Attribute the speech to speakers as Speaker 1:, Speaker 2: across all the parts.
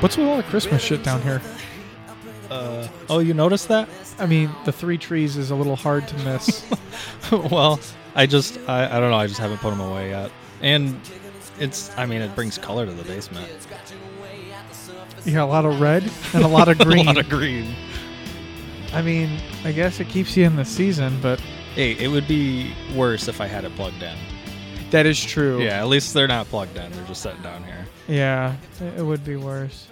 Speaker 1: What's with all the Christmas shit down here?
Speaker 2: Uh,
Speaker 1: Oh, you noticed that? I mean, the three trees is a little hard to miss.
Speaker 2: well, I just I, I don't know. I just haven't put them away yet, and it's I mean it brings color to the basement.
Speaker 1: you got a lot of red and a lot of green.
Speaker 2: a lot of green.
Speaker 1: I mean, I guess it keeps you in the season, but
Speaker 2: Hey, it would be worse if I had it plugged in.
Speaker 1: that is true.
Speaker 2: Yeah, at least they're not plugged in. They're just sitting down here.
Speaker 1: Yeah, it it would be worse.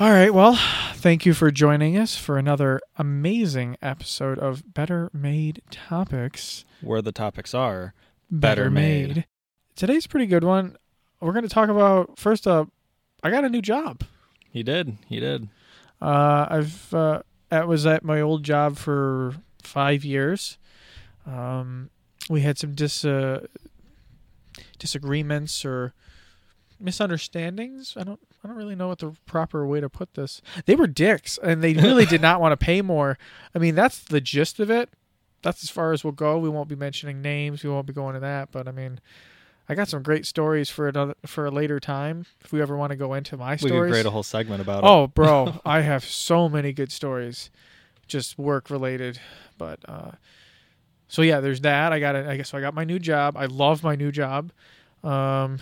Speaker 1: All right, well, thank you for joining us for another amazing episode of Better Made Topics.
Speaker 2: Where the topics are.
Speaker 1: Better,
Speaker 2: Better Made.
Speaker 1: Today's a pretty good one. We're going to talk about first up, I got a new job.
Speaker 2: He did. He did.
Speaker 1: Uh, I've uh, I was at my old job for five years. Um, we had some dis uh, disagreements or misunderstandings. I don't I don't really know what the proper way to put this. They were dicks, and they really did not want to pay more. I mean, that's the gist of it. That's as far as we'll go. We won't be mentioning names. We won't be going to that. But I mean, I got some great stories for another for a later time. If we ever want to go into my
Speaker 2: We
Speaker 1: stories,
Speaker 2: could create a whole segment about it.
Speaker 1: Oh, bro, I have so many good stories, just work related. But uh, so yeah, there's that. I got it. I guess so I got my new job. I love my new job, um,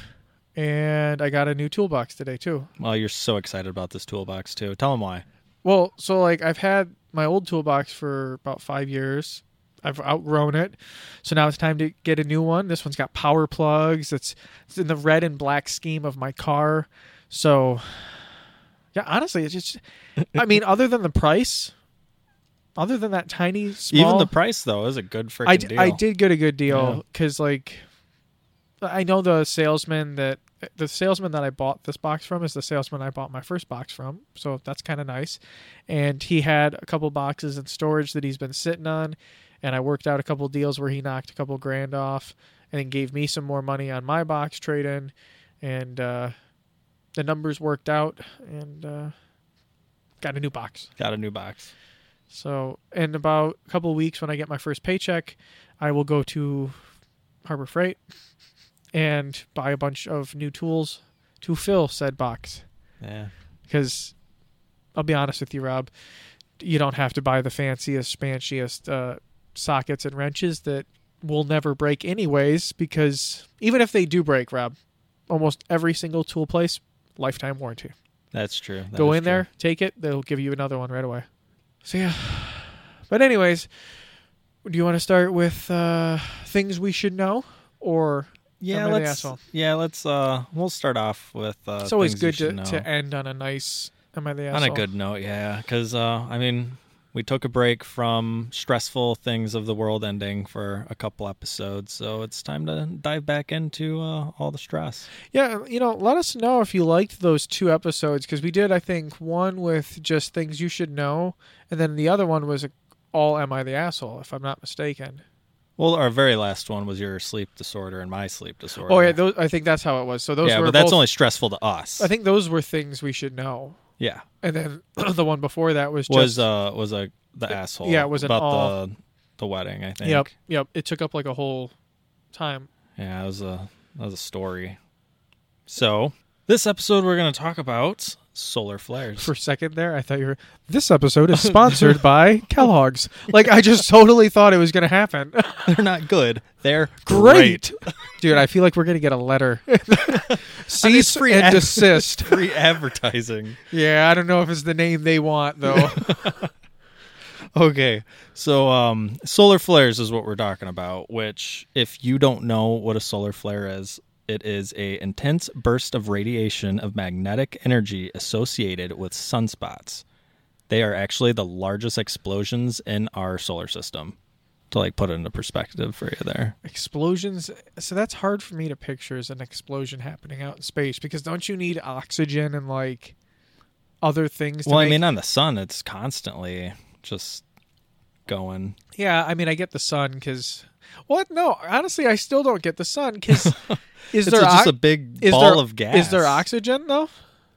Speaker 1: and I got a new toolbox today too.
Speaker 2: Well, Oh, you're so excited about this toolbox too. Tell him why.
Speaker 1: Well, so like I've had my old toolbox for about five years. I've outgrown it, so now it's time to get a new one. This one's got power plugs. It's it's in the red and black scheme of my car. So, yeah, honestly, it's just. I mean, other than the price, other than that tiny small,
Speaker 2: Even the price though is a good freaking
Speaker 1: I, d-
Speaker 2: deal.
Speaker 1: I did get a good deal
Speaker 2: Yeah.
Speaker 1: because like I know the salesman that the salesman that I bought this box from is the salesman I bought my first box from, so that's kind of nice. And he had a couple boxes in storage that he's been sitting on, and I worked out a couple deals where he knocked a couple grand off and then gave me some more money on my box trade in, and uh, the numbers worked out and uh, got a new box.
Speaker 2: Got a new box.
Speaker 1: So, in about a couple of weeks, when I get my first paycheck, I will go to Harbor Freight and buy a bunch of new tools to fill said box.
Speaker 2: Yeah.
Speaker 1: Because I'll be honest with you, Rob, you don't have to buy the fanciest, fanciest uh, sockets and wrenches that will never break, anyways. Because even if they do break, Rob, almost every single tool place, lifetime warranty
Speaker 2: That's true. That
Speaker 1: go
Speaker 2: is
Speaker 1: in
Speaker 2: true.
Speaker 1: there, take it. They'll give you another one right away. So yeah. But anyways, do you want to start with uh, things we should know, or
Speaker 2: Yeah,
Speaker 1: I'm an
Speaker 2: let's.
Speaker 1: asshole.
Speaker 2: Yeah, let's. Uh, we'll start off with. Uh,
Speaker 1: it's always
Speaker 2: things you
Speaker 1: good to,
Speaker 2: should know.
Speaker 1: to end on a nice. Am I the
Speaker 2: on
Speaker 1: asshole?
Speaker 2: a good note. Yeah, because uh, I mean, we took a break from stressful things of the world ending for a couple episodes, so it's time to dive back into uh, all the stress.
Speaker 1: Yeah, you know, let us know if you liked those two episodes because we did, I think, one with just things you should know, and then the other one was all "Am I the asshole?" If I'm not mistaken.
Speaker 2: Well, our very last one was your sleep disorder and my sleep disorder.
Speaker 1: Oh yeah, those, I think that's how it was. So those
Speaker 2: yeah,
Speaker 1: were
Speaker 2: but that's
Speaker 1: both-
Speaker 2: only stressful to us.
Speaker 1: I think those were things we should know,
Speaker 2: yeah,
Speaker 1: and then the one before that was just
Speaker 2: was uh was a the asshole.
Speaker 1: yeah, it was an
Speaker 2: about
Speaker 1: all-
Speaker 2: the the wedding. I think.
Speaker 1: Yep, yep. It took up like a whole time.
Speaker 2: Yeah, that was a that was a story. So this episode we're going to talk about solar flares.
Speaker 1: For a second there, I thought you were. This episode is sponsored by Kellogg's. Like I just totally thought it was gonna happen.
Speaker 2: They're not good. They're
Speaker 1: Great, dude. I feel like we're gonna get a letter. Cease
Speaker 2: free
Speaker 1: and
Speaker 2: ad-
Speaker 1: desist.
Speaker 2: free advertising.
Speaker 1: Yeah, I don't know if it's the name they want though.
Speaker 2: Okay. So um solar flares is what we're talking about, which if you don't know what a solar flare is, it is a intense burst of radiation of magnetic energy associated with sunspots. They are actually the largest explosions in our solar system. To like put it into perspective for you there.
Speaker 1: Explosions. So that's hard for me to picture as an explosion happening out in space because don't you need oxygen and like other things? To
Speaker 2: Well, I
Speaker 1: make-
Speaker 2: mean on the sun it's constantly just going.
Speaker 1: Yeah, I mean, I get the sun because what? No, honestly, I still don't get the sun because is
Speaker 2: It's
Speaker 1: there
Speaker 2: just a
Speaker 1: ox-
Speaker 2: big
Speaker 1: is
Speaker 2: ball
Speaker 1: there-
Speaker 2: of gas.
Speaker 1: Is there oxygen though?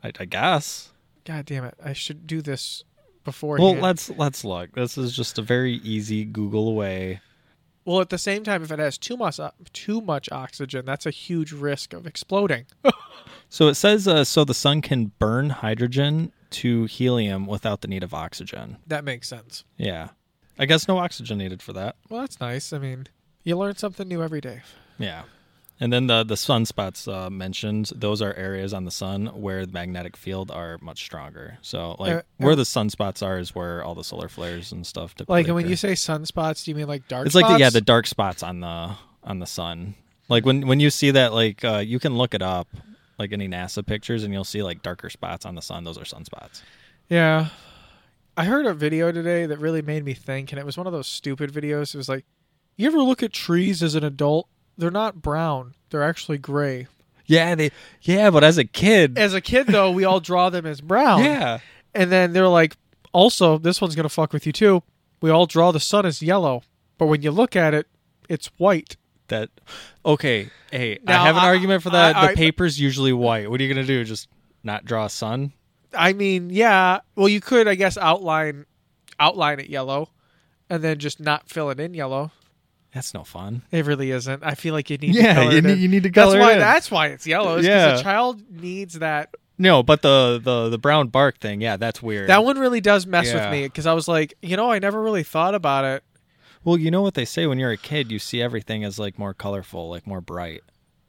Speaker 2: I, I guess.
Speaker 1: God damn it! I should do this before.
Speaker 2: Well, let's let's look. This is just a very easy Google way.
Speaker 1: well, at the same time, if it has too much too much oxygen, that's a huge risk of exploding.
Speaker 2: So it says uh, so the sun can burn hydrogen to helium without the need of oxygen.
Speaker 1: That makes sense.
Speaker 2: Yeah. I guess no oxygen needed for that.
Speaker 1: Well, that's nice. I mean, you learn something new every day.
Speaker 2: Yeah. And then the the sunspots uh, mentioned, those are areas on the sun where the magnetic field are much stronger. So like
Speaker 1: Uh,
Speaker 2: where the sunspots are is where all the solar flares and stuff typically
Speaker 1: Like, and when
Speaker 2: occur.
Speaker 1: you say sunspots, do you mean like dark?
Speaker 2: It's like the, yeah,
Speaker 1: spots?
Speaker 2: the dark spots on the on the sun. Like when when you see that like uh, you can look it up like any NASA pictures and you'll see like darker spots on the sun, those are sunspots.
Speaker 1: Yeah. I heard a video today that really made me think, and it was one of those stupid videos. It was like, you ever look at trees as an adult? They're not brown, they're actually gray.
Speaker 2: Yeah, they yeah, but as a kid,
Speaker 1: As a kid, though, we all draw them as brown.
Speaker 2: yeah.
Speaker 1: And then they're like, also, this one's going to fuck with you too. We all draw the sun as yellow, but when you look at it, it's white.
Speaker 2: That okay. Hey,
Speaker 1: Now,
Speaker 2: I have an
Speaker 1: I-
Speaker 2: argument for that.
Speaker 1: I-
Speaker 2: the
Speaker 1: I-
Speaker 2: paper's usually white. What are you gonna do? Just not draw a sun?
Speaker 1: I mean, yeah. Well, you could, I guess, outline outline it yellow and then just not fill it in yellow.
Speaker 2: That's no fun.
Speaker 1: It really isn't. I feel like you need to color it in.
Speaker 2: need to
Speaker 1: That's why. That's why it's yellow. Is 'cause
Speaker 2: Yeah.
Speaker 1: a child needs that.
Speaker 2: No, but the the the brown bark thing, yeah, that's weird.
Speaker 1: That one really does mess
Speaker 2: Yeah.
Speaker 1: with me because I was like, you know, I never really thought about it.
Speaker 2: well, you know what they say when you're a kid, you see everything as like more colorful, like more bright.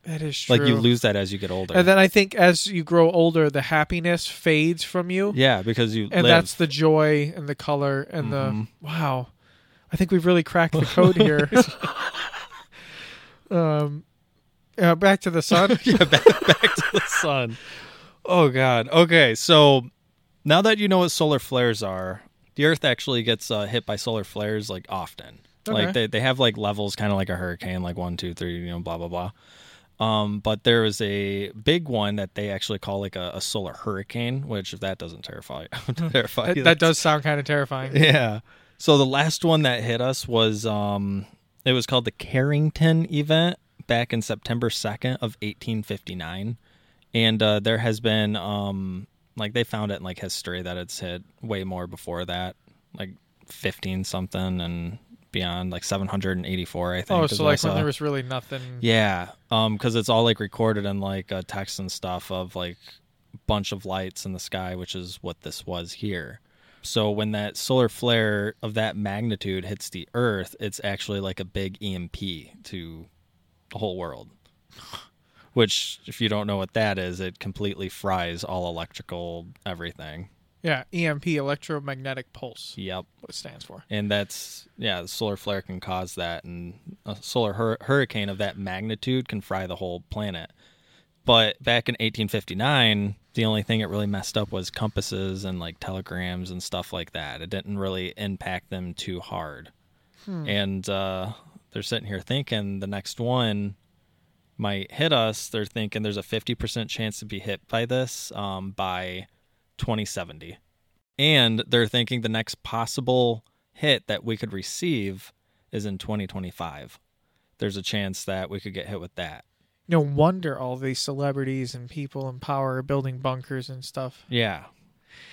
Speaker 1: That is true.
Speaker 2: Like you lose that as you get older.
Speaker 1: and then I think as you grow older, the happiness fades from you,
Speaker 2: yeah, because you
Speaker 1: and
Speaker 2: live.
Speaker 1: that's the joy and the color and the
Speaker 2: Mhm.
Speaker 1: wow. I think we've really cracked the code here. um, uh, back to the sun.
Speaker 2: yeah, back, back to the sun. Oh God. Okay, so now that you know what solar flares are, the Earth actually gets uh, hit by solar flares like often.
Speaker 1: Okay.
Speaker 2: Like they they have like levels, kind of like a hurricane, like one, two, three, you know, blah blah blah. Um, but there is a big one that they actually call like a, a solar hurricane, which if that doesn't terrify, terrify
Speaker 1: that,
Speaker 2: you,
Speaker 1: that does sound kind of terrifying.
Speaker 2: yeah. So the last one that hit us was um it was called the Carrington event back in September 2nd of 1859 and uh there has been um like they found it in like history that it's hit way more before that like 15 something and beyond like 784 I think
Speaker 1: Oh, so
Speaker 2: is what I
Speaker 1: like when
Speaker 2: saw.
Speaker 1: there was really nothing.
Speaker 2: Yeah, um, because it's all like recorded in like uh, text and stuff of like bunch of lights in the sky, which is what this was here. So when that solar flare of that magnitude hits the Earth, it's actually like a big EMP to the whole world. Which, if you don't know what that is, it completely fries all electrical everything.
Speaker 1: Yeah, EMP, electromagnetic pulse,
Speaker 2: Yep.
Speaker 1: what it stands for.
Speaker 2: and that's yeah the solar flare can cause that and a solar hur- hurricane of that magnitude can fry the whole planet but back in 1859 the only thing it really messed up was compasses and like telegrams and stuff like that it didn't really impact them too hard and uh, they're sitting here thinking the next one might hit us they're thinking there's a 50% chance to be hit by this um, by 2070 and they're thinking the next possible hit that we could receive is in 2025. There's a chance that we could get hit with that.
Speaker 1: No wonder all these celebrities and people in power are building bunkers and stuff.
Speaker 2: Yeah.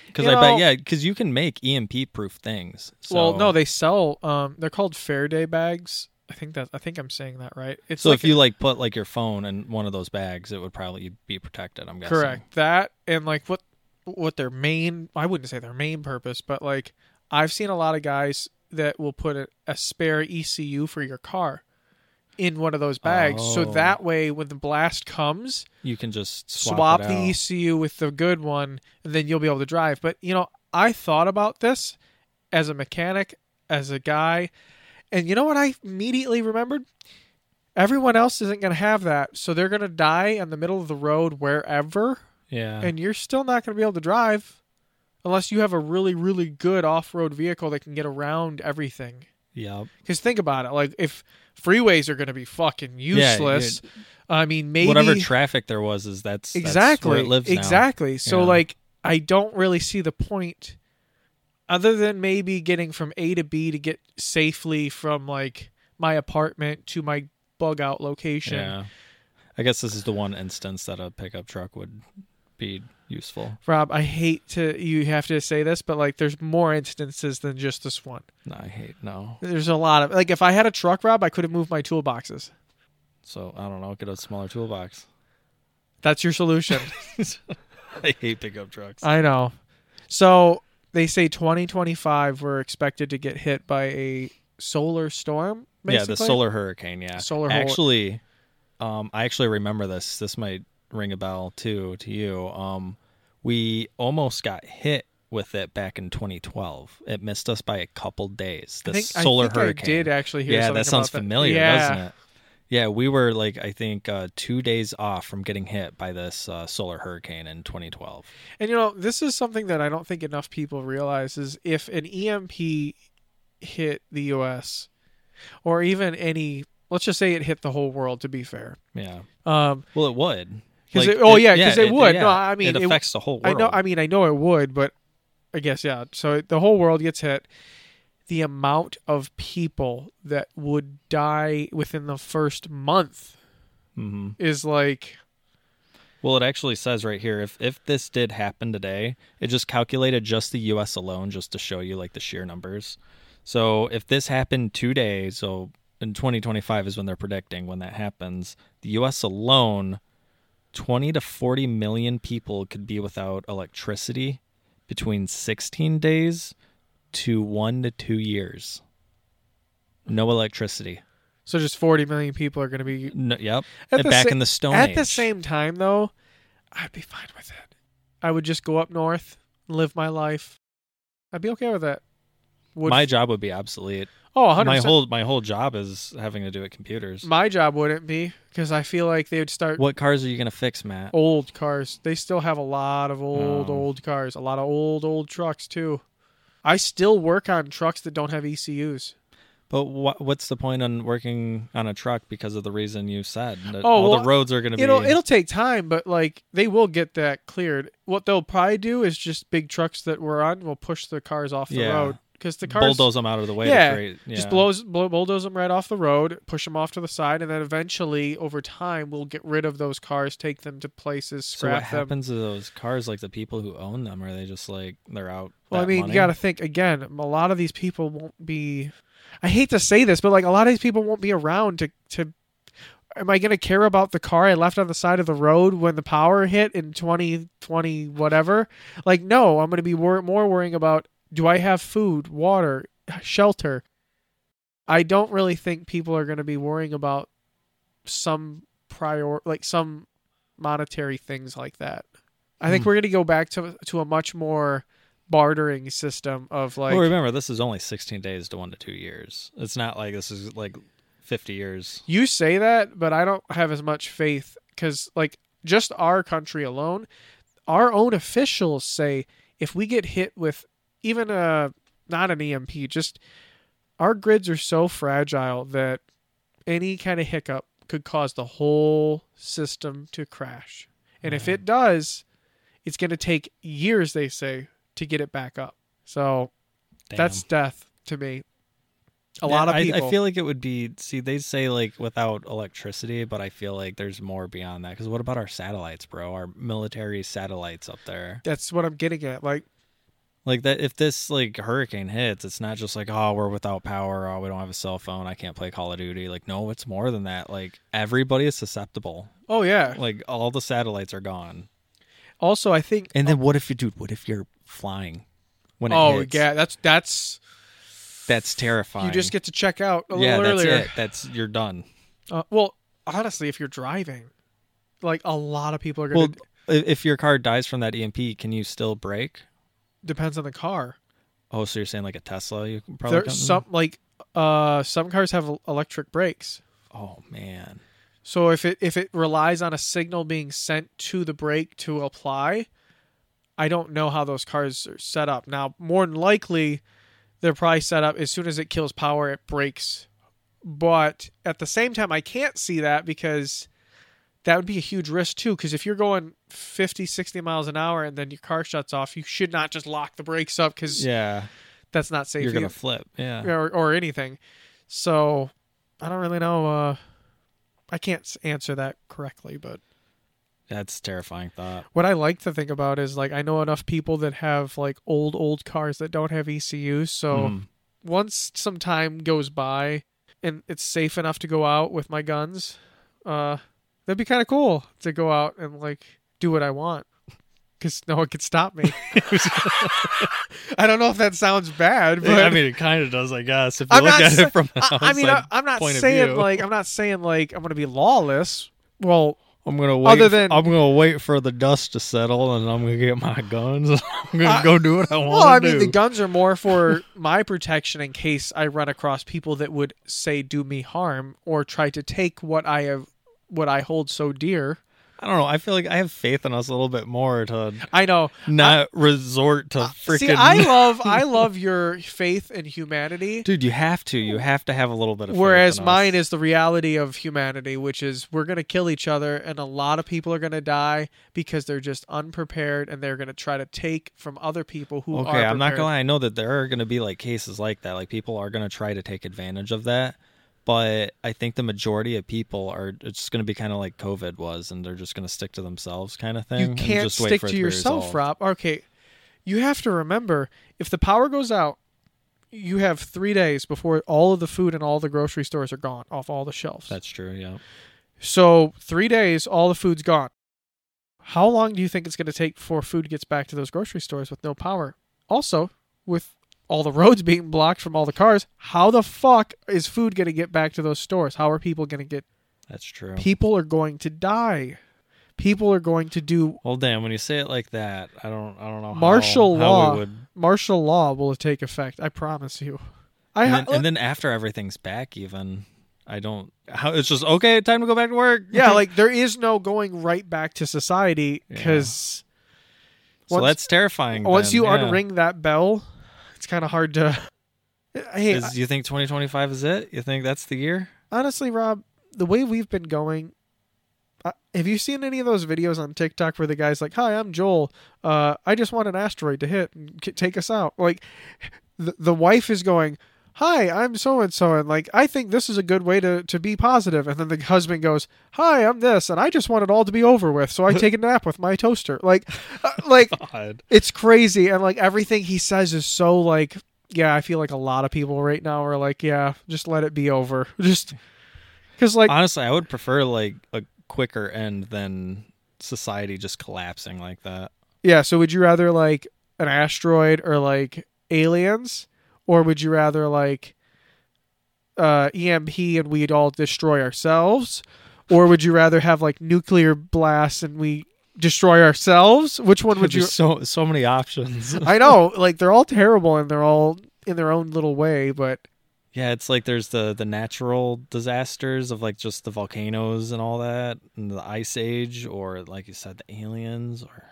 Speaker 2: Because
Speaker 1: You
Speaker 2: I
Speaker 1: know-
Speaker 2: bet, yeah, because you can make EMP proof things. So,
Speaker 1: Well, no, they sell. Um, they're called Faraday bags. I think that I think I'm saying that right. It's
Speaker 2: so
Speaker 1: like
Speaker 2: if you like put like your phone in one of those bags, it would probably be protected. I'm guessing.
Speaker 1: correct that and like what what their main I wouldn't say their main purpose, but like I've seen a lot of guys that will put a, a spare ECU for your car in one of those bags, so
Speaker 2: Oh.
Speaker 1: that way when the blast comes,
Speaker 2: You can just swap,
Speaker 1: swap,
Speaker 2: it out.
Speaker 1: the ECU with the good one, and then you'll be able to drive. But you know, I thought about this as a mechanic, as a guy, and you know what I immediately remembered? Everyone else isn't going to have that, so they're going to die in the middle of the road wherever,
Speaker 2: Yeah.
Speaker 1: and you're still not going to be able to drive unless you have a really, really good off-road vehicle that can get around everything.
Speaker 2: yep.
Speaker 1: Because think about it, like if freeways are going to be fucking
Speaker 2: yeah,
Speaker 1: useless, I mean, maybe
Speaker 2: Whatever traffic there was is that's that's where
Speaker 1: exactly
Speaker 2: it lives now.
Speaker 1: exactly so
Speaker 2: Yeah.
Speaker 1: like i don't really see the point other than maybe getting from a to b to get safely from like my apartment to my bug out location
Speaker 2: Yeah. I guess this is the one instance that a pickup truck would be useful.
Speaker 1: rob i hate to you have to say this but like there's more instances than just this one
Speaker 2: No, I hate no.
Speaker 1: there's a lot of like if i had a truck rob i could have moved my toolboxes
Speaker 2: So I don't know. Get a smaller toolbox.
Speaker 1: That's your solution.
Speaker 2: I hate pickup trucks.
Speaker 1: I know. So they say 2025 we're expected to get hit by a solar storm.
Speaker 2: Yeah, the
Speaker 1: basically.
Speaker 2: solar hurricane. Yeah,
Speaker 1: Solar hol-
Speaker 2: Actually, um, I actually remember this. This might ring a bell too to you. Um, we almost got hit with it back in 2012. It missed us by a couple days. The
Speaker 1: I think,
Speaker 2: solar
Speaker 1: I think
Speaker 2: hurricane.
Speaker 1: I did actually hear
Speaker 2: yeah,
Speaker 1: something
Speaker 2: that sounds
Speaker 1: about
Speaker 2: familiar,
Speaker 1: yeah.
Speaker 2: doesn't it? Yeah, we were like I think uh, two days off from getting hit by this uh, solar hurricane in 2012.
Speaker 1: And you know, this is something that I don't think enough people realize is if an EMP hit the US or even any let's just say it hit the whole world to be fair.
Speaker 2: Yeah.
Speaker 1: Um
Speaker 2: Well, it would.
Speaker 1: 'Cause it- oh, yeah, 'cause it would. No, I mean,
Speaker 2: it
Speaker 1: it-
Speaker 2: affects the whole
Speaker 1: I
Speaker 2: world.
Speaker 1: know I mean I know it would, but I guess yeah. So the whole world gets hit. The amount of people that would die within the first month
Speaker 2: mm-hmm.
Speaker 1: is like
Speaker 2: Well, it actually says right here if if this did happen today, it just calculated just the U.S. alone, just to show you like the sheer numbers. So if this happened today, so in 2025 is when they're predicting when that happens. The U.S. alone, 20 to 40 million people could be without electricity between 16 days to one to two years. No electricity.
Speaker 1: so just 40 million people are going to be
Speaker 2: No, yep.
Speaker 1: At the
Speaker 2: Back
Speaker 1: sa-
Speaker 2: in the Stone
Speaker 1: At
Speaker 2: Age.
Speaker 1: the same time, though, I'd be fine with it. I would just go up north, live my life. I'd be okay with that. Would
Speaker 2: my job would be obsolete.
Speaker 1: oh, 100%.
Speaker 2: My whole my whole job is having to do with computers.
Speaker 1: my job wouldn't be because I feel like they would start
Speaker 2: what cars are you gonna fix, Matt?
Speaker 1: old cars. They still have a lot of old
Speaker 2: Oh.
Speaker 1: old cars, a lot of old old trucks too. I still work on trucks that don't have E ECUs.
Speaker 2: But wha what's the point on working on a truck because of the reason you said? That
Speaker 1: Oh,
Speaker 2: all
Speaker 1: well,
Speaker 2: the roads are gonna be.
Speaker 1: It'll it'll take time, but like they will get that cleared. What they'll probably do is just big trucks that we're on will push the cars off the
Speaker 2: Yeah.
Speaker 1: road because the cars
Speaker 2: bulldoze them out of the way.
Speaker 1: Yeah,
Speaker 2: to create, yeah.
Speaker 1: Just blows blow, bulldoze them right off the road, push them off to the side, and then eventually, over time, we'll get rid of those cars, take them to places,
Speaker 2: So what
Speaker 1: scrap them.
Speaker 2: happens to those cars? Like the people who own them, are they just like they're out?
Speaker 1: Well, I
Speaker 2: that
Speaker 1: mean,
Speaker 2: money?
Speaker 1: you got to think again. A lot of these people won't be. I hate to say this, but like a lot of these people won't be around to to. Am I going to care about the car I left on the side of the road when the power hit in 2020 whatever? Like no, I'm going to be wor- more worrying about do I have food, water, shelter? I don't really think people are going to be worrying about some prior like some monetary things like that. I think
Speaker 2: Hmm.
Speaker 1: we're going to go back to to a much more bartering system of like
Speaker 2: well, remember this is only 16 days to one to two years. It's not like this is like 50 years.
Speaker 1: you say that, but I don't have as much faith cuz like just our country alone, our own officials say if we get hit with even a not an EMP, just our grids are so fragile that any kind of hiccup could cause the whole system to crash. And if
Speaker 2: Yeah.
Speaker 1: it does, it's going to take years, they say, to get it back up. So
Speaker 2: Damn.
Speaker 1: that's death to me. A
Speaker 2: Yeah,
Speaker 1: lot of
Speaker 2: I-
Speaker 1: people.
Speaker 2: I, feel like it would be. See, they say like without electricity, but I feel like there's more beyond that. Because what about our satellites, bro? Our military satellites up there.
Speaker 1: that's what I'm getting at. Like,
Speaker 2: Like that. If this like hurricane hits, it's not just like oh we're without power. Oh we don't have a cell phone. I can't play Call of Duty. Like no, it's more than that. Like everybody is susceptible.
Speaker 1: oh yeah.
Speaker 2: Like all the satellites are gone.
Speaker 1: Also, I think
Speaker 2: And then what if you, dude? What if you're flying? When it
Speaker 1: oh
Speaker 2: hits?
Speaker 1: yeah, that's that's
Speaker 2: that's terrifying.
Speaker 1: you just get to check out a
Speaker 2: yeah,
Speaker 1: little
Speaker 2: that's
Speaker 1: earlier.
Speaker 2: it. That's you're done.
Speaker 1: Uh, well, honestly, if you're driving, like a lot of people are gonna
Speaker 2: Well, i- if your car dies from that EMP, can you still brake?
Speaker 1: depends on the car.
Speaker 2: Oh, so you're saying like a Tesla? You can probably
Speaker 1: There's
Speaker 2: count-
Speaker 1: some like uh some cars have el- electric brakes.
Speaker 2: Oh man,
Speaker 1: So if it if it relies on a signal being sent to the brake to apply, I don't know how those cars are set up. Now, more than likely, they're probably set up as soon as it kills power, it breaks. But at the same time, I can't see that because that would be a huge risk too. Because if you're going 50, 60 miles an hour and then your car shuts off, you should not just lock the brakes up because
Speaker 2: yeah,
Speaker 1: that's not safe.
Speaker 2: you're gonna
Speaker 1: either
Speaker 2: flip. Yeah,
Speaker 1: or, or anything. So I don't really know. Uh, I can't s- answer that correctly, but
Speaker 2: that's a terrifying thought.
Speaker 1: what I like to think about is like I know enough people that have like old old cars that don't have ECUs. So
Speaker 2: Mm.
Speaker 1: once some time goes by and it's safe enough to go out with my guns, uh, That'd be kind of cool to go out and like do what I want because no one could stop me. I don't know if that sounds bad, but
Speaker 2: I mean, it kind of does, I guess, if you
Speaker 1: I'm
Speaker 2: look
Speaker 1: not
Speaker 2: at
Speaker 1: sa-
Speaker 2: it from an
Speaker 1: I, I mean, I,
Speaker 2: outside
Speaker 1: I'm not
Speaker 2: point of
Speaker 1: saying
Speaker 2: view.
Speaker 1: like I'm not saying like I'm gonna be lawless. Well,
Speaker 2: I'm gonna wait.
Speaker 1: Other than-
Speaker 2: I'm gonna wait for the dust to settle, and I'm gonna get my guns. and I'm gonna
Speaker 1: I-
Speaker 2: go do what I want
Speaker 1: well, I
Speaker 2: to
Speaker 1: mean, the
Speaker 2: do.
Speaker 1: guns are more for my protection in case I run across people that would say do me harm or try to take what I have, what I hold so dear.
Speaker 2: I don't know. I feel like I have faith in us a little bit more to
Speaker 1: I know.
Speaker 2: not resort to freaking.
Speaker 1: See, I love, I love your faith in humanity.
Speaker 2: Dude, you have to. You have to have a little bit of. faith
Speaker 1: Whereas
Speaker 2: in us.
Speaker 1: mine is the reality of humanity, which is we're going to kill each other and a lot of people are going to die because they're just unprepared and they're going to try to take from other people who are.
Speaker 2: Okay, I'm not
Speaker 1: prepared.
Speaker 2: gonna lie. I know that there are gonna be like cases like that. Like people are gonna try to take advantage of that, but I think the majority of people are it's just gonna be kind of like COVID was, and they're just gonna stick to themselves, kind of thing.
Speaker 1: You
Speaker 2: and
Speaker 1: can't
Speaker 2: just wait
Speaker 1: stick
Speaker 2: for it
Speaker 1: to
Speaker 2: be
Speaker 1: yourself,
Speaker 2: resolved.
Speaker 1: Rob. Okay, you have to remember if the power goes out, you have three days before all of the food and all the grocery stores are gone off all the shelves.
Speaker 2: That's true. Yeah.
Speaker 1: so three days, all the food's gone. How long do you think it's going to take before food gets back to those grocery stores with no power? Also, with all the roads being blocked from all the cars, how the fuck is food going to get back to those stores? How are people going to get?
Speaker 2: That's true.
Speaker 1: People are going to die. People are going to do
Speaker 2: Well, damn! When you say it like that, I don't, I don't know. how-
Speaker 1: Martial
Speaker 2: how,
Speaker 1: law.
Speaker 2: we would,
Speaker 1: martial law will take effect. I promise you. I
Speaker 2: and, then, and then after everything's back, even I don't. How it's just okay. Time to go back to work.
Speaker 1: yeah, like there is no going right back to society because
Speaker 2: so
Speaker 1: once-
Speaker 2: that's terrifying.
Speaker 1: once
Speaker 2: then,
Speaker 1: you
Speaker 2: yeah.
Speaker 1: unring that bell, it's kind of hard to. Hey,
Speaker 2: Is- you think 2025 is it? You think that's the year?
Speaker 1: honestly, Rob, the way we've been going. uh, Have you seen any of those videos on TikTok where the guy's like, "Hi, I'm Joel. Uh, I just want an asteroid to hit and k- take us out." Like, the the wife is going, "Hi, I'm so and so," and like, I think this is a good way to to be positive. And then the husband goes, "Hi, I'm this, and I just want it all to be over with, so I take a nap with my toaster." Like, uh, like
Speaker 2: God.
Speaker 1: it's crazy and like everything he says is so like yeah i feel like a lot of people right now are like yeah just let it be over just because like
Speaker 2: Honestly, I would prefer like a quicker end than society just collapsing like that.
Speaker 1: yeah so would you rather like an asteroid or like aliens or would you rather like uh emp and we'd all destroy ourselves or would you rather have like nuclear blasts and we destroy ourselves which one would you
Speaker 2: There's so so many options?
Speaker 1: i know like they're all terrible and they're all in their own little way but
Speaker 2: yeah, it's like there's the the natural disasters of like just the volcanoes and all that, and the ice age, or like you said, the aliens, or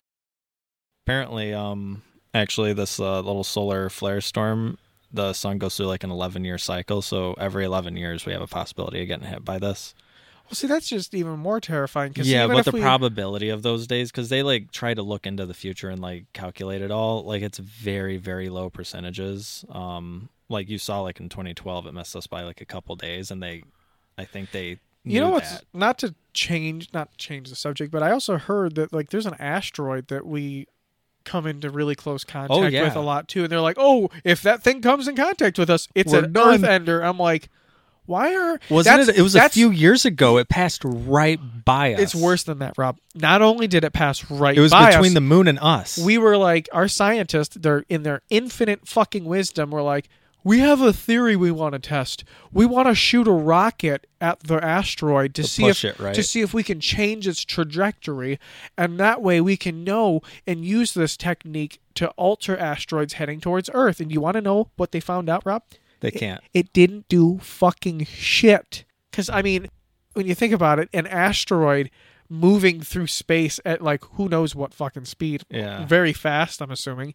Speaker 2: apparently, um, actually, this uh, little solar flare storm. The sun goes through like an 11 year cycle, so every 11 years we have a possibility of getting hit by this.
Speaker 1: Well, see, that's just even more terrifying. Cause
Speaker 2: yeah
Speaker 1: even
Speaker 2: but
Speaker 1: if
Speaker 2: the
Speaker 1: we,
Speaker 2: probability of those days because they like try to look into the future and like calculate it all like it's very very low percentages um like you saw like in 2012 it messed us by like a couple days and they i think they
Speaker 1: you
Speaker 2: knew
Speaker 1: know what's
Speaker 2: that.
Speaker 1: not to change, not to change the subject, but I also heard that like there's an asteroid that we come into really close contact
Speaker 2: Oh, yeah.
Speaker 1: with a lot too, and they're like, oh, if that thing comes in contact with us, it's
Speaker 2: We're
Speaker 1: an
Speaker 2: done.
Speaker 1: Earth ender. I'm like, why are
Speaker 2: wasn't
Speaker 1: that's-
Speaker 2: it it was a
Speaker 1: that's-
Speaker 2: few years ago it passed right by us
Speaker 1: It's worse than that, Rob. Not only did it pass right,
Speaker 2: it was
Speaker 1: by
Speaker 2: between
Speaker 1: us,
Speaker 2: the moon and us
Speaker 1: we were like our scientists they're in their infinite fucking wisdom were like we have a theory we want to test we want to shoot a rocket at the asteroid to, see if
Speaker 2: push it, right?
Speaker 1: to see if we can change its trajectory and that way we can know and use this technique to alter asteroids heading towards earth and you want to know what they found out rob
Speaker 2: they can't
Speaker 1: it didn't do fucking shit. Because, I mean, when you think about it, an asteroid moving through space at like who knows what fucking speed,
Speaker 2: Yeah.
Speaker 1: very fast, I'm assuming,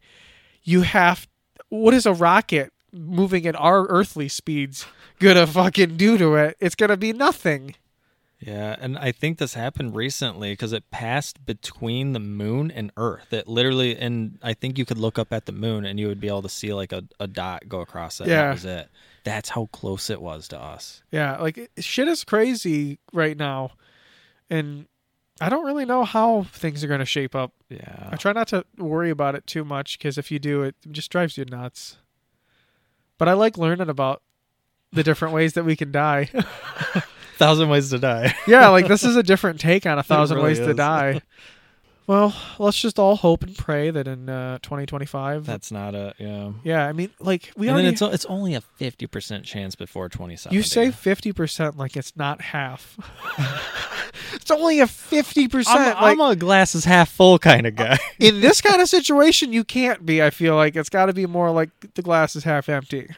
Speaker 1: you have. What is a rocket moving at our earthly speeds gonna fucking do to it? It's gonna be nothing.
Speaker 2: yeah and i think this happened recently because it passed between the moon and earth it literally and i think you could look up at the moon and you would be able to see like a, a dot go across it
Speaker 1: Yeah.
Speaker 2: that was it that's how close it was to us
Speaker 1: Yeah, like it- shit is crazy right now. And I don't really know how things are gonna shape up.
Speaker 2: yeah
Speaker 1: I try not to worry about it too much because if you do, it just drives you nuts. But I like learning about the different ways that we can die.
Speaker 2: Thousand Ways to Die.
Speaker 1: yeah, like this is a different take on a thousand
Speaker 2: really
Speaker 1: ways to
Speaker 2: is.
Speaker 1: die. Well, let's just all hope and pray that in uh, 2025.
Speaker 2: That's not a yeah.
Speaker 1: yeah, I mean, like we
Speaker 2: and then
Speaker 1: already
Speaker 2: it's o- it's only a fifty percent chance before twenty seven.
Speaker 1: you say 50 percent like it's not half. it's only a 50 percent. Like
Speaker 2: I'm, a glass is half full kind of guy.
Speaker 1: in this kind of situation, you can't be. I feel like it's got to be more like the glass is half empty.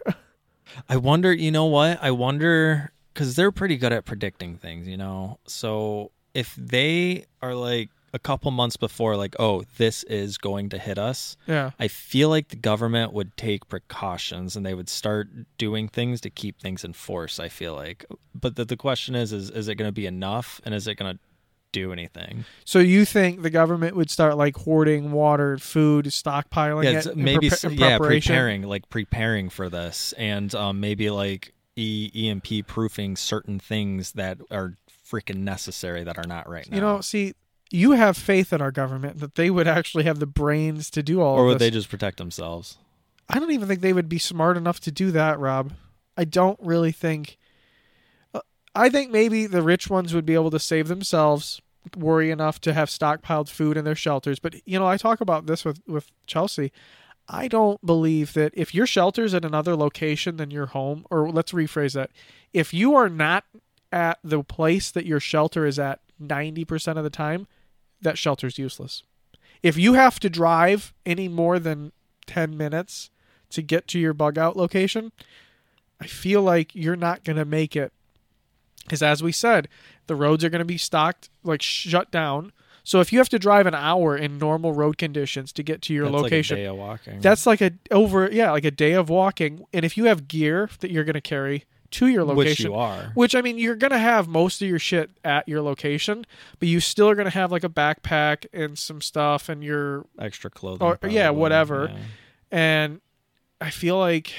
Speaker 2: I wonder. You know what? I wonder because they're pretty good at predicting things. You know, so if they are like a couple months before, like, oh, this is going to hit us.
Speaker 1: yeah,
Speaker 2: I feel like the government would take precautions and they would start doing things to keep things in force. I feel like, but the, the question is, is is it going to be enough, and is it going to do anything?
Speaker 1: so you think the government would start like hoarding water, food, stockpiling
Speaker 2: yeah,
Speaker 1: it,
Speaker 2: it's- uh,
Speaker 1: in
Speaker 2: maybe
Speaker 1: prepa-
Speaker 2: s-
Speaker 1: in
Speaker 2: yeah,
Speaker 1: preparation?
Speaker 2: preparing like preparing for this, and um, maybe like e- EMP proofing certain things that are freaking necessary that are not right now.
Speaker 1: You know, see, you have faith in our government that they would actually have the brains to do all
Speaker 2: or
Speaker 1: of
Speaker 2: would
Speaker 1: this.
Speaker 2: they just protect themselves?
Speaker 1: I don't even think they would be smart enough to do that, Rob. I don't really think. Uh, I think maybe the rich ones would be able to save themselves, worry enough to have stockpiled food in their shelters. But you know, I talk about this with with Chelsea. I don't believe that if your shelter's at another location than your home, or let's rephrase that, if you are not at the place that your shelter is at 90% of the time, that shelter's useless. If you have to drive any more than 10 minutes to get to your bug out location, I feel like you're not going to make it. Because as we said, the roads are going to be stocked, like shut down. So if you have to drive an hour in normal road conditions to get to your
Speaker 2: That's
Speaker 1: location,
Speaker 2: like a day of walking.
Speaker 1: that's like a over yeah, like a day of walking. And if you have gear that you're gonna carry to your location.
Speaker 2: which you are.
Speaker 1: which, I mean, you're gonna have most of your shit at your location, but you still are gonna have like a backpack and some stuff and your
Speaker 2: Extra clothing.
Speaker 1: or- yeah,
Speaker 2: probably,
Speaker 1: whatever.
Speaker 2: Yeah.
Speaker 1: and I feel like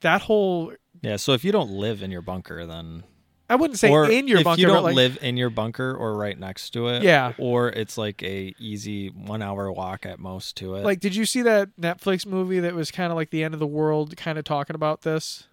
Speaker 1: that whole
Speaker 2: Yeah, so if you don't live in your bunker, then
Speaker 1: I wouldn't say
Speaker 2: or
Speaker 1: in your
Speaker 2: if
Speaker 1: bunker,
Speaker 2: you
Speaker 1: but,
Speaker 2: don't
Speaker 1: like,
Speaker 2: live in your bunker or right next to it,
Speaker 1: Yeah.
Speaker 2: or it's like a easy one hour walk at most to it.
Speaker 1: like did you see that Netflix movie that was kind of like the end of the world, kind of talking about this?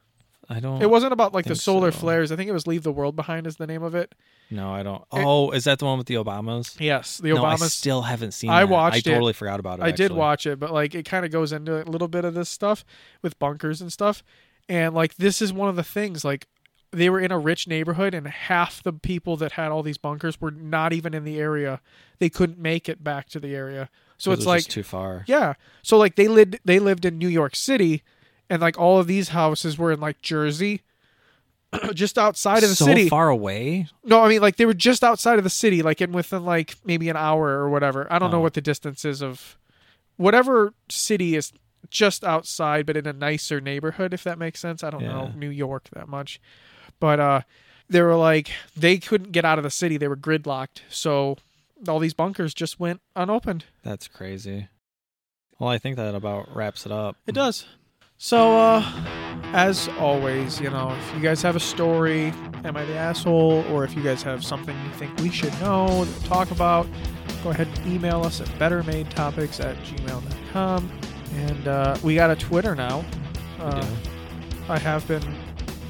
Speaker 2: I don't.
Speaker 1: It wasn't about like the
Speaker 2: think
Speaker 1: solar
Speaker 2: so.
Speaker 1: flares. I think it was "Leave the World Behind" is the name of it.
Speaker 2: no, I don't. Oh, is that the one with the Obamas?
Speaker 1: Yes, the
Speaker 2: no, I
Speaker 1: Obamas
Speaker 2: still haven't seen.
Speaker 1: I
Speaker 2: that.
Speaker 1: watched it.
Speaker 2: I totally forgot about it.
Speaker 1: I did
Speaker 2: actually.
Speaker 1: watch it, but like it kind of goes into a little bit of this stuff with bunkers and stuff. And like this is one of the things like they were in a rich neighborhood and half the people that had all these bunkers were not even in the area. They couldn't make it back to the area. So
Speaker 2: 'Cause
Speaker 1: it's
Speaker 2: it was
Speaker 1: like
Speaker 2: just too far.
Speaker 1: yeah. So like they lived they lived in New York City and like all of these houses were in like Jersey just outside of the
Speaker 2: so
Speaker 1: city.
Speaker 2: far away.
Speaker 1: No, I mean like they were just outside of the city, like in within like maybe an hour or whatever. I don't know
Speaker 2: Oh.
Speaker 1: what the distance is of whatever city is just outside, but in a nicer neighborhood, if that makes sense. I don't know
Speaker 2: Yeah.
Speaker 1: New York that much, but uh, they were like they couldn't get out of the city; they were gridlocked. So all these bunkers just went unopened.
Speaker 2: That's crazy. Well, I think that about wraps it up.
Speaker 1: It does. So, uh, as always, you know, if you guys have a story, am I the asshole? Or if you guys have something you think we should know, that we talk about, go ahead and email us at bettermadetopics at gmail.com. And uh, we got a Twitter now. Uh, I have been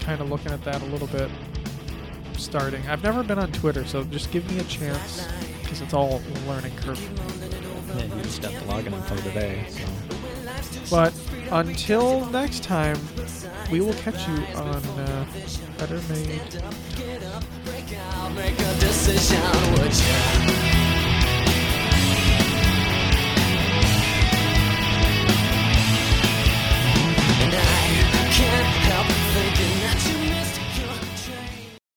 Speaker 1: kind of looking at that a little bit starting. I've never been on Twitter, so just give me a chance because it's all a learning curve.
Speaker 2: Yeah, you just got the login info today. So.
Speaker 1: But until next time, we will catch you on uh, Better Made
Speaker 3: Make a decision, would you?